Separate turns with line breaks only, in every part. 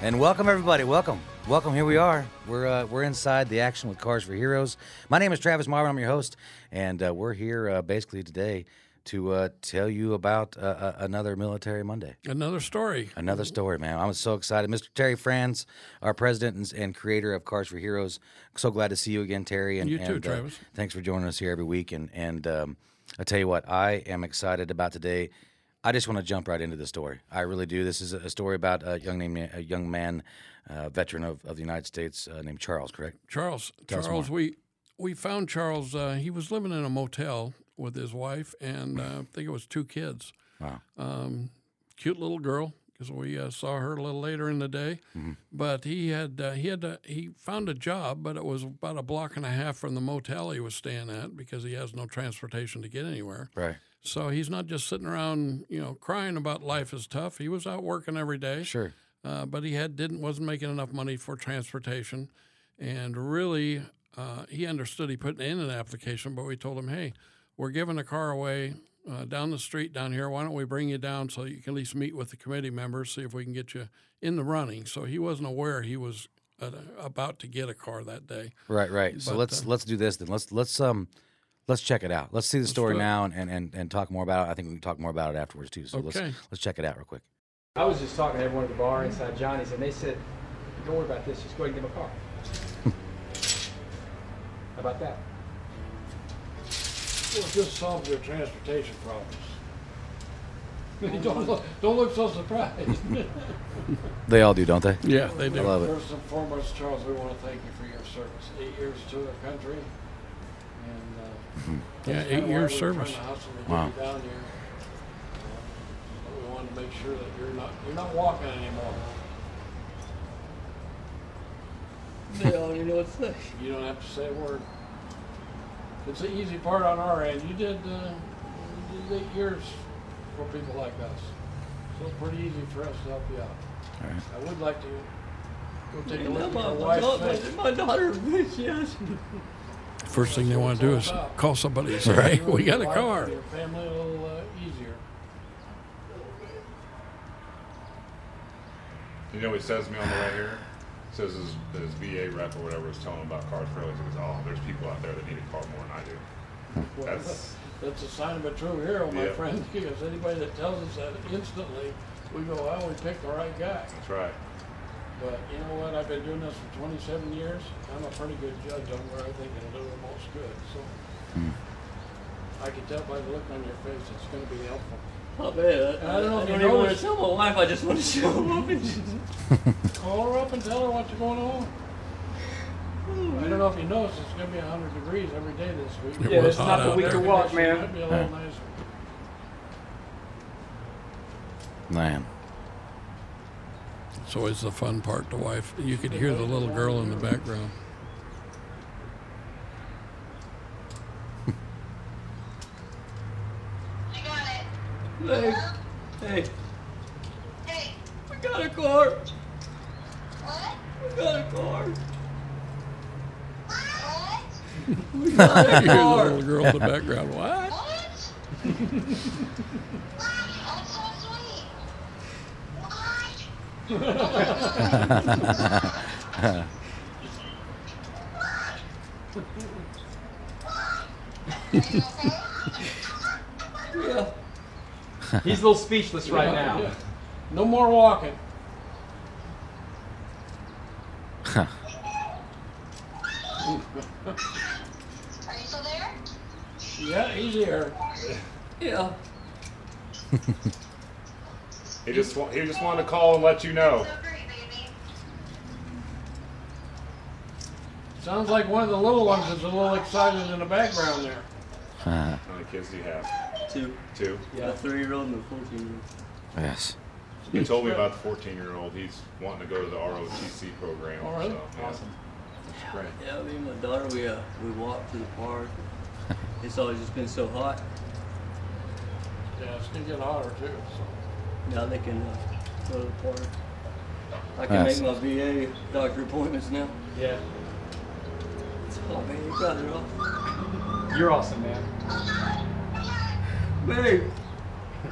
And welcome everybody. Welcome, welcome. Here we are. We're uh, we're inside the action with Cars for Heroes. My name is Travis Marvin. I'm your host, and uh, we're here uh, basically today to uh, tell you about uh, uh, another Military Monday.
Another story.
Another story, man. I'm so excited. Mr. Terry Franz, our president and, and creator of Cars for Heroes. So glad to see you again, Terry. And
You too,
and, uh,
Travis.
thanks for joining us here every week. And and um, I tell you what, I am excited about today. I just want to jump right into the story. I really do. This is a story about a young name, a young man, uh, veteran of, of the United States, uh, named Charles. Correct?
Charles. Charles. We we found Charles. Uh, he was living in a motel with his wife and uh, I think it was two kids.
Wow.
Um, cute little girl because we uh, saw her a little later in the day. But he had uh, he had uh, he found a job, but it was about a block and a half from the motel he was staying at because he has no transportation to get anywhere.
Right.
So he's not just sitting around, you know, crying about life is tough. He was out working every day.
Sure.
uh, but he had didn't wasn't making enough money for transportation, and really uh, he understood. He put in an application, but we told him, "Hey, we're giving a car away uh, down the street down here. Why don't we bring you down so you can at least meet with the committee members, see if we can get you in the running?" So he wasn't aware he was uh, about to get a car that day.
Right, right. So
But, uh,
let's let's do this then. Let's let's um let's check it out. Let's see the story
do it.
now and, and, and, and talk more about it. I think we can talk more about it afterwards too. So
Okay.
let's let's check it out real quick.
I was just talking to everyone at the bar inside Johnny's, and they said, "Don't worry about this. Just go ahead and give him a car." How about that?
Well, just solve your transportation problems. don't look, don't look so surprised.
They all do, don't they?
yeah, they do.
I love it.
First and foremost, Charles, we want to thank you for your service. Eight years to our country, and uh,
Yeah,
that's kinda
eight
why
year
we were trying
service.
to hustle to get
Wow.
you down here. Uh, but we wanted to make sure that you're not you're not walking anymore.
They don't even know what to say.
You don't have to say a word. It's the easy part on our end. You did uh, you did eight years for people like us, so it's pretty easy for us to help you out.
All right.
I would like to go take a
My,
look at
my,
your
my,
wife's
daughter,
face.
my daughter, she asked me.
First thing they want to do is call somebody and say, hey, we got a car.
Your family a little uh, easier.
You know, he says to me on the way here, he says his, his VA rep or whatever was telling him about cars for Heroes. He goes, oh, there's people out there that need a car more than I do.
Well,
That's-
that's a sign of a true hero, my
Yeah.
friend. Because anybody that tells us that instantly, we go, "Well, we picked the right guy."
That's right.
But you know what? I've been doing this for 27 years. I'm a pretty good judge on where I think it'll do the most good. So
Hmm.
I can tell by the look on your face, it's going to be helpful.
Oh man, I, I don't know if you know what to
noticed.
tell my wife. I just want to show up and just.
Call her up and tell her what's going on. I don't know if you noticed, it's going to be 100 degrees every day this week.
It Yeah, was it's not hot the out
week
week to there.
walk, man.
Might be a
Yeah.
little nicer.
Man.
It's always the fun part, the wife. You could hear the little girl in the background.
I got it.
Hey, hey,
Hey,
we got a car.
what?
We got a car.
What?
We got a
You hear the little
car.
girl in the background. What?
What? what? That's so sweet. What? What? What? What?
Yeah.
He's a little speechless right now.
Yeah. No more walking.
Are you still there?
Yeah, easier.
Yeah.
He just wa- he just wanted to call and let you know.
So great, baby.
Sounds like one of the little ones is a little excited in the background there.
How many kids do you have?
Two.
Two.
Yeah, three year old and a 14 year old.
Yes.
He told me about the 14 year old. He's wanting to go to the ROTC program.
Oh, really?
So, yeah.
Awesome.
That's great.
Yeah, me and my daughter, we uh, we walked to the park. It's always just been so hot.
Yeah, it's gonna get hotter too. So.
Now they can uh, go to the park. I can
Nice.
make my VA doctor appointments now.
Yeah,
Oh man, you guys are awesome.
you're awesome, man.
Babe,
Oh,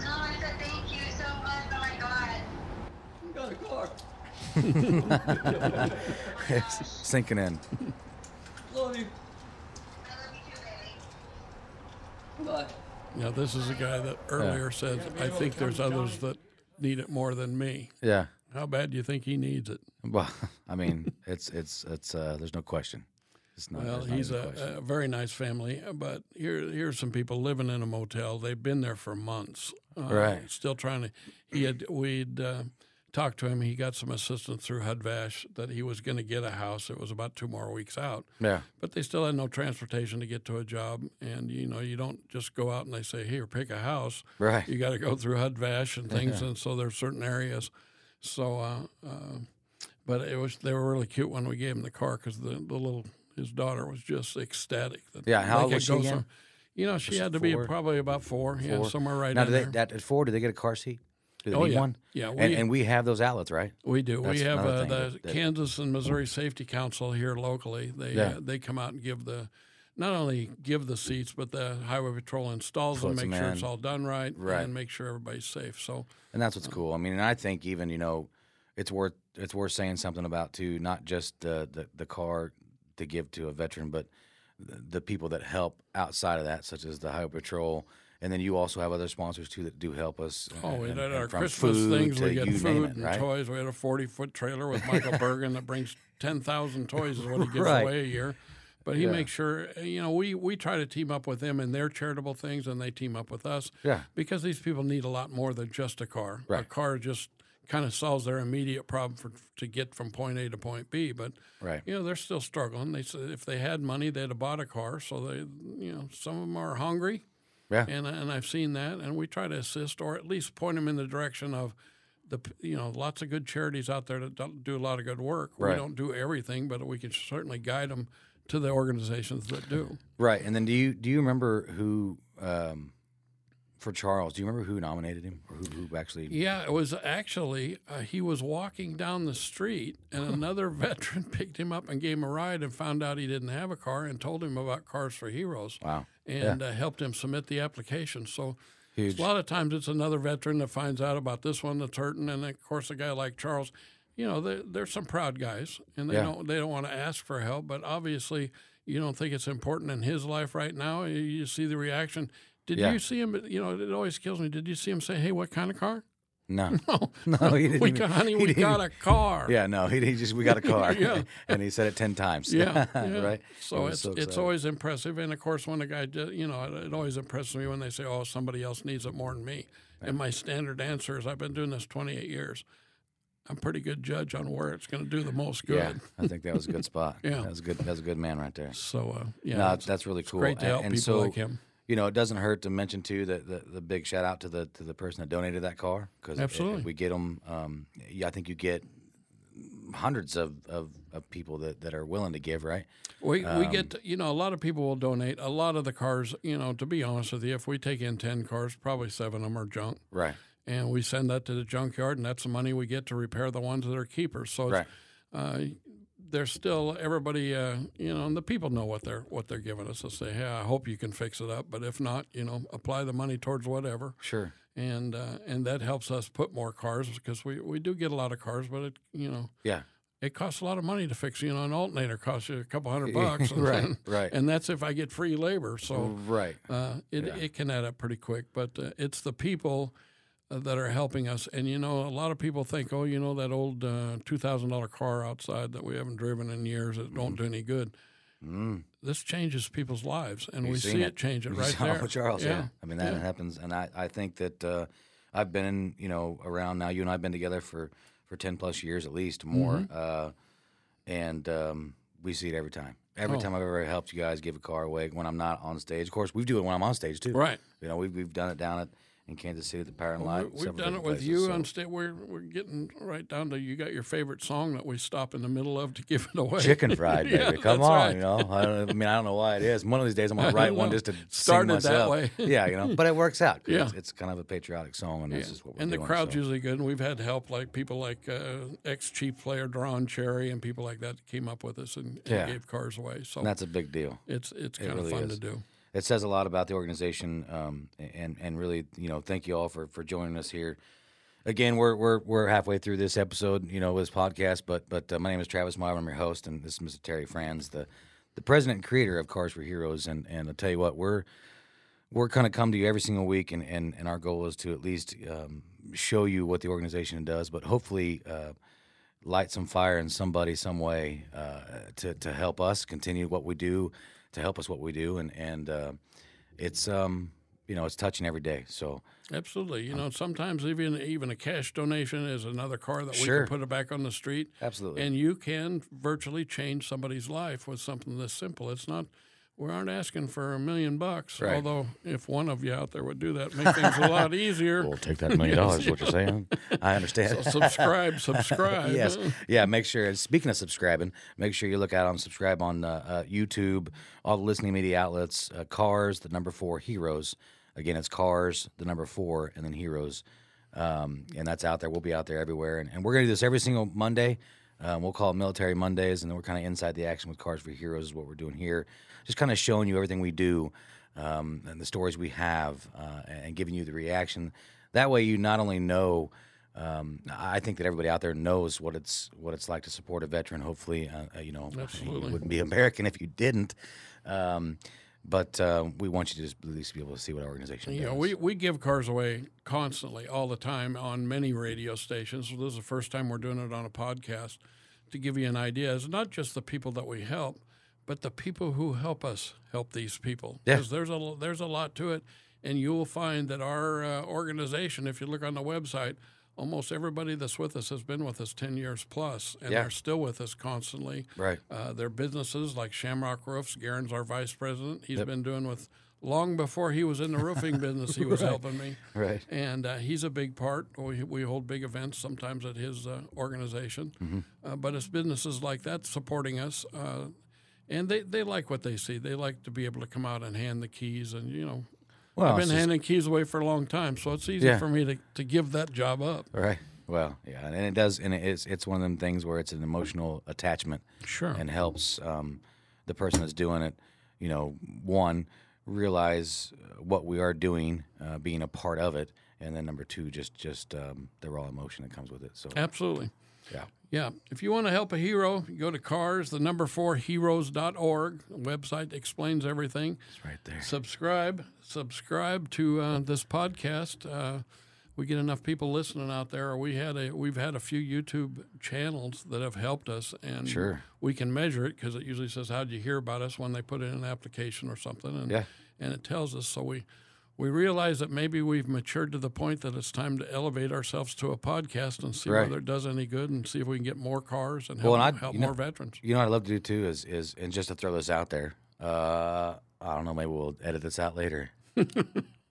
I said thank you so much. Oh my god.
we got a car.
It's sinking in.
Love
I
you.
love you too, baby.
Bye.
Now, this is a guy that earlier says, I think there's others that need it more than me.
Yeah.
How bad do you think he needs it?
Well, I mean, it's it's it's uh, there's no question. It's not.
Well,
there's not
he's uh,
even question.
a, a very nice family, but here here's some people living in a motel. They've been there for months, uh,
Right.
Still trying to. He had we'd uh, talked to him. He got some assistance through Hudvash that he was going to get a house. It was about two more weeks out,
yeah.
but they still had no transportation to get to a job. And you know, you don't just go out and they say, "Here, pick a house."
Right.
You got to go through Hudvash and things, and so there's certain areas. So, uh, uh, but it was they were really cute when we gave him the car because the, the little his daughter was just ecstatic. That
Yeah, how
they
old
could
was she
go
again?
some- You know, she
Was she
had to be
four?
probably about four, yeah,
Four?
somewhere right
now,
in
do they,
there.
at four, do they get a car seat? Do they
Oh,
need
yeah.
one?
Yeah,
and,
we-
and we have those outlets, right?
we do. We
That's
have
another
uh,
thing
the
that- that-
Kansas and Missouri Safety Council here locally. They
Yeah.
uh, they come out and give the not only give the seats, but the Highway Patrol installs
Puts
them, make
'em
sure it's
in.
all done right,
Right.
and make sure everybody's safe. So
And that's what's cool. I mean, and I think even you know, it's worth it's worth saying something about too. Not just the the, the car to give to a veteran, but the, the people that help outside of that, such as the Highway Patrol. And then you also have other sponsors too that do help us. uh,
Oh, we
and-
did our
and from
Christmas
food
things.
to
We get
you name
food
it,
and
right?
toys. We had a forty-foot trailer with Michael Bergen that brings ten thousand toys is what he gives
Right.
away a year. But he makes sure you know we we try to team up with them in their charitable things, and they team up with us.
Yeah.
because these people need a lot more than just a car. A
Right.
car just kind of solves their immediate problem for to get from point A to point B, but
Right.
you know they're still struggling. They said if they had money, they'd have bought a car. So they, you know, some of them are hungry
Yeah.
and and I've seen that, and we try to assist or at least point them in the direction of the p- you know lots of good charities out there that don't do a lot of good work.
Right.
We don't do everything, but we can certainly guide them to the organizations that do.
Right, and then do you do you remember who um, for Charles? Do you remember who nominated him or who, who actually?
Yeah, it was actually uh, he was walking down the street, and another veteran picked him up and gave him a ride, and found out he didn't have a car, and told him about Cars for Heroes.
Wow,
and uh, helped him submit the application. So
Huge.
a lot of times it's another veteran that finds out about this one that's hurting, and of course a guy like Charles, you know, they're, they're some proud guys, and they
Yeah.
don't they don't want to ask for help, but obviously you don't think it's important in his life right now. You- You see the reaction. Did
Yeah.
you see him? You know, it always kills me. Did you see him say, "Hey, what kind of car?"
no,
No,
no, he didn't.
we
even-
got, honey,
he
we
didn't
got
even-
a car.
Yeah, no, he, he just we got a car.
Yeah.
and he said it ten times.
Yeah, yeah.
right. He
So
was
it's it's
excited.
always impressive, and of course, when a guy, do, you know, it, it always impresses me when they say, "Oh, somebody else needs it more than me," and my standard answer is, "I've been doing this 28 years. I'm a pretty good judge on where it's going to do the most good."
Yeah, I think that was a good spot.
Yeah.
that was a good. That was a good man right there.
So uh, yeah,
no,
it's-
that's really cool.
great to
and,
help
and
people
so,
like him.
You know, it doesn't hurt to mention too that the, the big shout out to the to the person that donated that car because
Absolutely.
we get them. Um, yeah, I think you get hundreds of, of, of people that, that are willing to give. Right.
We, we
um
get, to- you know, a lot of people will donate. A lot of the cars, you know, to be honest with you, if we take in 10 cars, probably seven of them are junk.
Right.
And we send that to the junkyard, and that's the money we get to repair the ones that are keepers. So it's
Right.
uh, there's still everybody, uh, you know, and the people know what they're what they're giving us. They say, "Hey, I hope you can fix it up, but if not, you know, apply the money towards whatever."
Sure.
And uh, and that helps us put more cars because we, we do get a lot of cars, but it you know
Yeah.
it costs a lot of money to fix. You know, an alternator costs you a couple hundred bucks, and,
Right, right. Mm-hmm.
And that's if I get free labor. So
Right.
uh, it it can add up pretty quick. But uh, it's the people uh, that are helping us. And you know, a lot of people think, oh, you know, that old uh, two thousand dollar car outside that we haven't driven in years, it don't do
Mm-hmm.
any good. This changes people's lives, and we
Mm. seen
see
it.
it, change it
You
right
saw
there.
Charles, yeah. I mean, that
Yeah.
happens, and I, I think that uh, I've been, you know, around now. You and I've been together for for ten plus years at least, more,
Mm-hmm.
uh, and um, we see it every time.
Oh.
Every time I've ever helped you guys give a car away when I'm not on stage. Of course, we do it when I'm on stage too.
Right.
You know, we've we've done it down at in Kansas City, at the Power and
We-
Light.
We've
several
done it
different
with
places,
you
so-
on state. We're we're getting right down to you got your favorite song that we stop in the middle of to give it away.
Chicken fried, baby.
Yeah,
Come
that's
on,
right.
you know. I, don't, I mean, I don't know why it is. One of these days, I'm gonna write one
know.
just to
Started
sing
that
myself.
way.
yeah, you know. But it works out. 'cause
Yeah.
it's, it's kind of a patriotic song, and this is what we're
and
doing.
the crowd's
so.
usually good. And we've had help like people like uh, ex chief player Daron Cherry and people like that came up with us and, and
Yeah.
gave cars away. So
And that's a big deal.
it's it's kind
really
of fun
is.
to do.
It says a lot about the organization, um, and and really, you know, thank you all for for joining us here again, we're we're we're halfway through this episode, you know, with this podcast. But but uh, my name is Travis Meyer. I'm your host, and this is Mr. Terry Franz, the the president and creator of Cars for Heroes. And and I'll tell you what, we're we're kind of come to you every single week, and and and our goal is to at least um, show you what the organization does, but hopefully. Uh, light some fire in somebody some way uh, to to help us continue what we do, to help us what we do, and and uh, it's um you know it's touching every day. So
Absolutely.
Uh,
You know, sometimes even even a cash donation is another car that
Sure.
we can put it back on the street.
Absolutely.
And you can virtually change somebody's life with something this simple. It's not we aren't asking for a million bucks.
Right.
Although if one of you out there would do that, make things a lot easier.
we'll take that million dollars. is What you're saying, I understand.
subscribe, subscribe.
yes, yeah. Make sure. and Speaking of subscribing, make sure you look out on subscribe on uh, uh, YouTube, all the listening media outlets. Uh, Cars, the number four heroes. Again, it's Cars, the number four, and then Heroes, um, and that's out there. We'll be out there everywhere, and, and we're gonna do this every single Monday. Um, we'll call it Military Mondays, and then we're kind of inside the action with Cars for Heroes is what we're doing here, just kind of showing you everything we do um, and the stories we have, uh, and giving you the reaction. That way, you not only know um, I think that everybody out there knows what it's what it's like to support a veteran. Hopefully, uh, uh, you know, you wouldn't be American if you didn't. Um, but uh, we want you to just at least be able to see what our organization
You
does.
know, we, we give cars away constantly, all the time, on many radio stations. This is the first time we're doing it on a podcast to give you an idea. It's not just the people that we help, but the people who help us help these people.
Yeah.
Because there's a, there's a lot to it. And you will find that our uh, organization, if you look on the website, almost everybody that's with us has been with us 10 years plus, and
Yeah.
they're still with us constantly.
Right.
Uh, their businesses like Shamrock Roofs. Garen's our vice president. He's been doing with long before he was in the roofing business. He was helping me,
Right.
and uh, he's a big part. We, we hold big events sometimes at his uh, organization,
Mm-hmm.
uh, but it's businesses like that supporting us, uh, and they, they like what they see. They like to be able to come out and hand the keys, and you know.
Well,
I've
Oh, it's
been
just-
handing keys away for a long time, so it's easy
Yeah.
for me to, to give that job up.
right. Well, yeah, and it does, and it's it's one of them things where it's an emotional attachment.
Sure.
and helps um, the person that's doing it, you know, one, realize uh, what we are doing, uh, being a part of it, and then number two, just just um, the raw emotion that comes with it. So
Absolutely.
Yeah.
Yeah. If you want to help a hero, you go to cars, the number four heroes.org. The website explains everything.
it's right there.
Subscribe, subscribe to uh, this podcast. Uh, we get enough people listening out there. We had a we've had a few YouTube channels that have helped us, and
Sure.
we can measure it because it usually says how would you hear about us when they put in an application or something, and
Yeah.
and it tells us. So we we realize that maybe we've matured to the point that it's time to elevate ourselves to a podcast and see
Right.
whether it does any good, and see if we can get more cars and help,
Well, and I-
help
you know-
more veterans.
You know what I'd love to do too is is and just to throw this out there. Uh, I don't know. Maybe we'll edit this out later.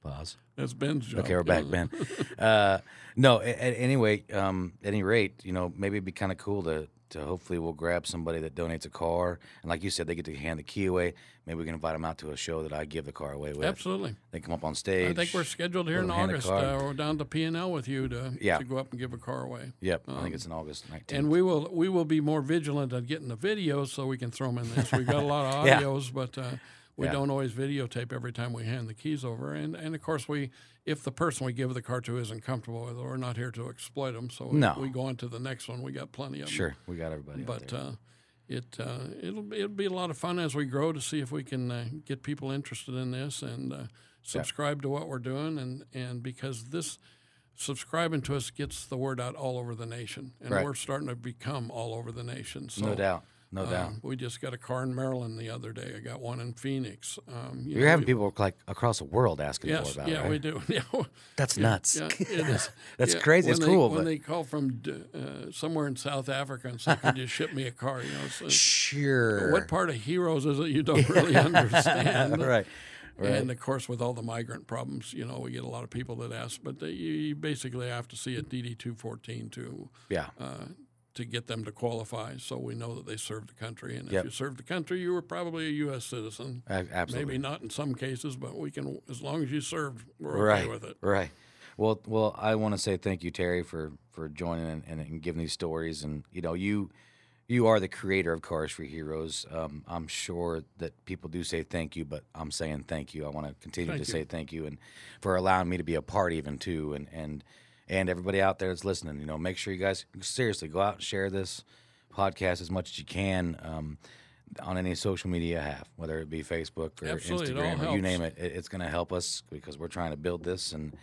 Pause.
That's Ben's job.
Okay, we're back, Ben. Uh, no, at, at anyway, um, at any rate, you know, maybe it'd be kind of cool to to hopefully we'll grab somebody that donates a car, and like you said, they get to hand the key away. Maybe we can invite them out to a show that I give the car away with.
Absolutely.
They come up on stage.
I think we're scheduled here in
Little hand of
August.
card.
Uh, we're down to P and L with you to,
Yeah.
to go up and give a car away.
Yep, I think it's in August nineteenth.
um, And we will we will be more vigilant at getting the videos so we can throw them in this. We've got a lot of
Yeah.
audios, but uh, we
Yeah.
don't always videotape every time we hand the keys over. And and of course we, if the person we give the car to isn't comfortable with, it, we're not here to exploit them. So if
No.
we go on to the next one. We got plenty of 'em.
sure we got everybody. out
But
there.
uh, it uh, it'll be- it'll be a lot of fun as we grow to see if we can uh, get people interested in this and uh, subscribe to what we're doing and and because this subscribing to us gets the word out all over the nation and
Right.
we're starting to become all over the nation. So.
no doubt, no
uh,
doubt.
we just got a car in Maryland the other day. I got one in Phoenix. Um, you
You're
know,
having
we-
people like across the world asking
Yes,
for about
yeah,
it. Right?
we do. Yeah,
That's nuts.
yeah, it is.
That's
Yeah,
crazy.
When
It's
they,
cool,
When
but-
they call from uh, somewhere in South Africa and say, "Could you ship me a car?" You know, so-
Sure.
what part of heroes is it you don't really understand?
right.
And of course, with all the migrant problems, you know, we get a lot of people that ask, but they, you you basically have to see a DD 214 to,
Yeah.
uh, to get them to qualify. So we know that they served the country. And
Yep.
if you served the country, you were probably a U.S. citizen.
A- absolutely.
Maybe not in some cases, but we can, as long as you served, we're
right,
okay with it.
Right. Well, well, I want to say thank you, Terry, for for joining and, and, and giving these stories. And you know, you you are the creator of Cars for Heroes. Um, I'm sure that people do say thank you, but I'm saying thank you. I want to continue
Thank
to
you.
say thank you and for allowing me to be a part, even too, and and and everybody out there that's listening. You know, make sure you guys seriously go out and share this podcast as much as you can um, on any social media I have, whether it be Facebook or
Absolutely, it all
Instagram or you
helps.
name it. it it's going to help us because we're trying to build this, and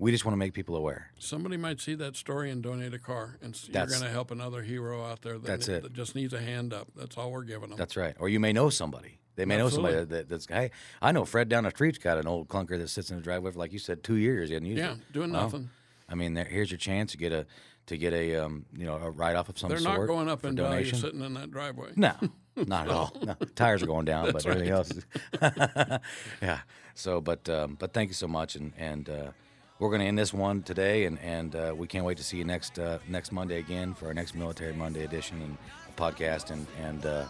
we just want to make people aware.
Somebody might see that story and donate a car, and s- you're
That's-
going to help another hero out there that,
That's it.
that just needs a hand up. That's all we're giving them.
That's right. Or you may know somebody. They may know somebody
Absolutely.
that, that's hey, I know Fred down the street's got an old clunker that sits in the driveway for like you said two years. He hadn't used
Yeah,
it.
doing
Well,
nothing.
I mean, there, here's your chance to get a to get a um, you know a write off of some
They're
sort.
not going up
for
in value
donation.
sitting in that driveway.
No, not at all.
Oh.
No, tires are going down, but everything else. Is, yeah. So, but um, but thank you so much, and and uh, we're going to end this one today, and and uh, we can't wait to see you next uh, next Monday again for our next Military Monday edition and podcast, and and uh,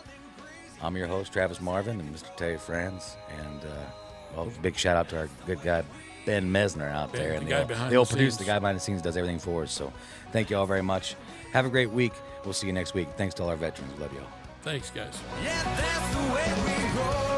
I'm your host Travis Marvin and Mr. Terry Franz, and uh, well, big shout out to our good guy. Ben Mesner out
Ben,
there,
the
and
guy
the, old-
behind
the
the
old producer, the
scenes.
guy behind the scenes, does everything for us. So, thank you all very much. Have a great week. We'll see you next week. Thanks to all our veterans. Love you all.
Thanks, guys.
Yeah, that's the way we roll.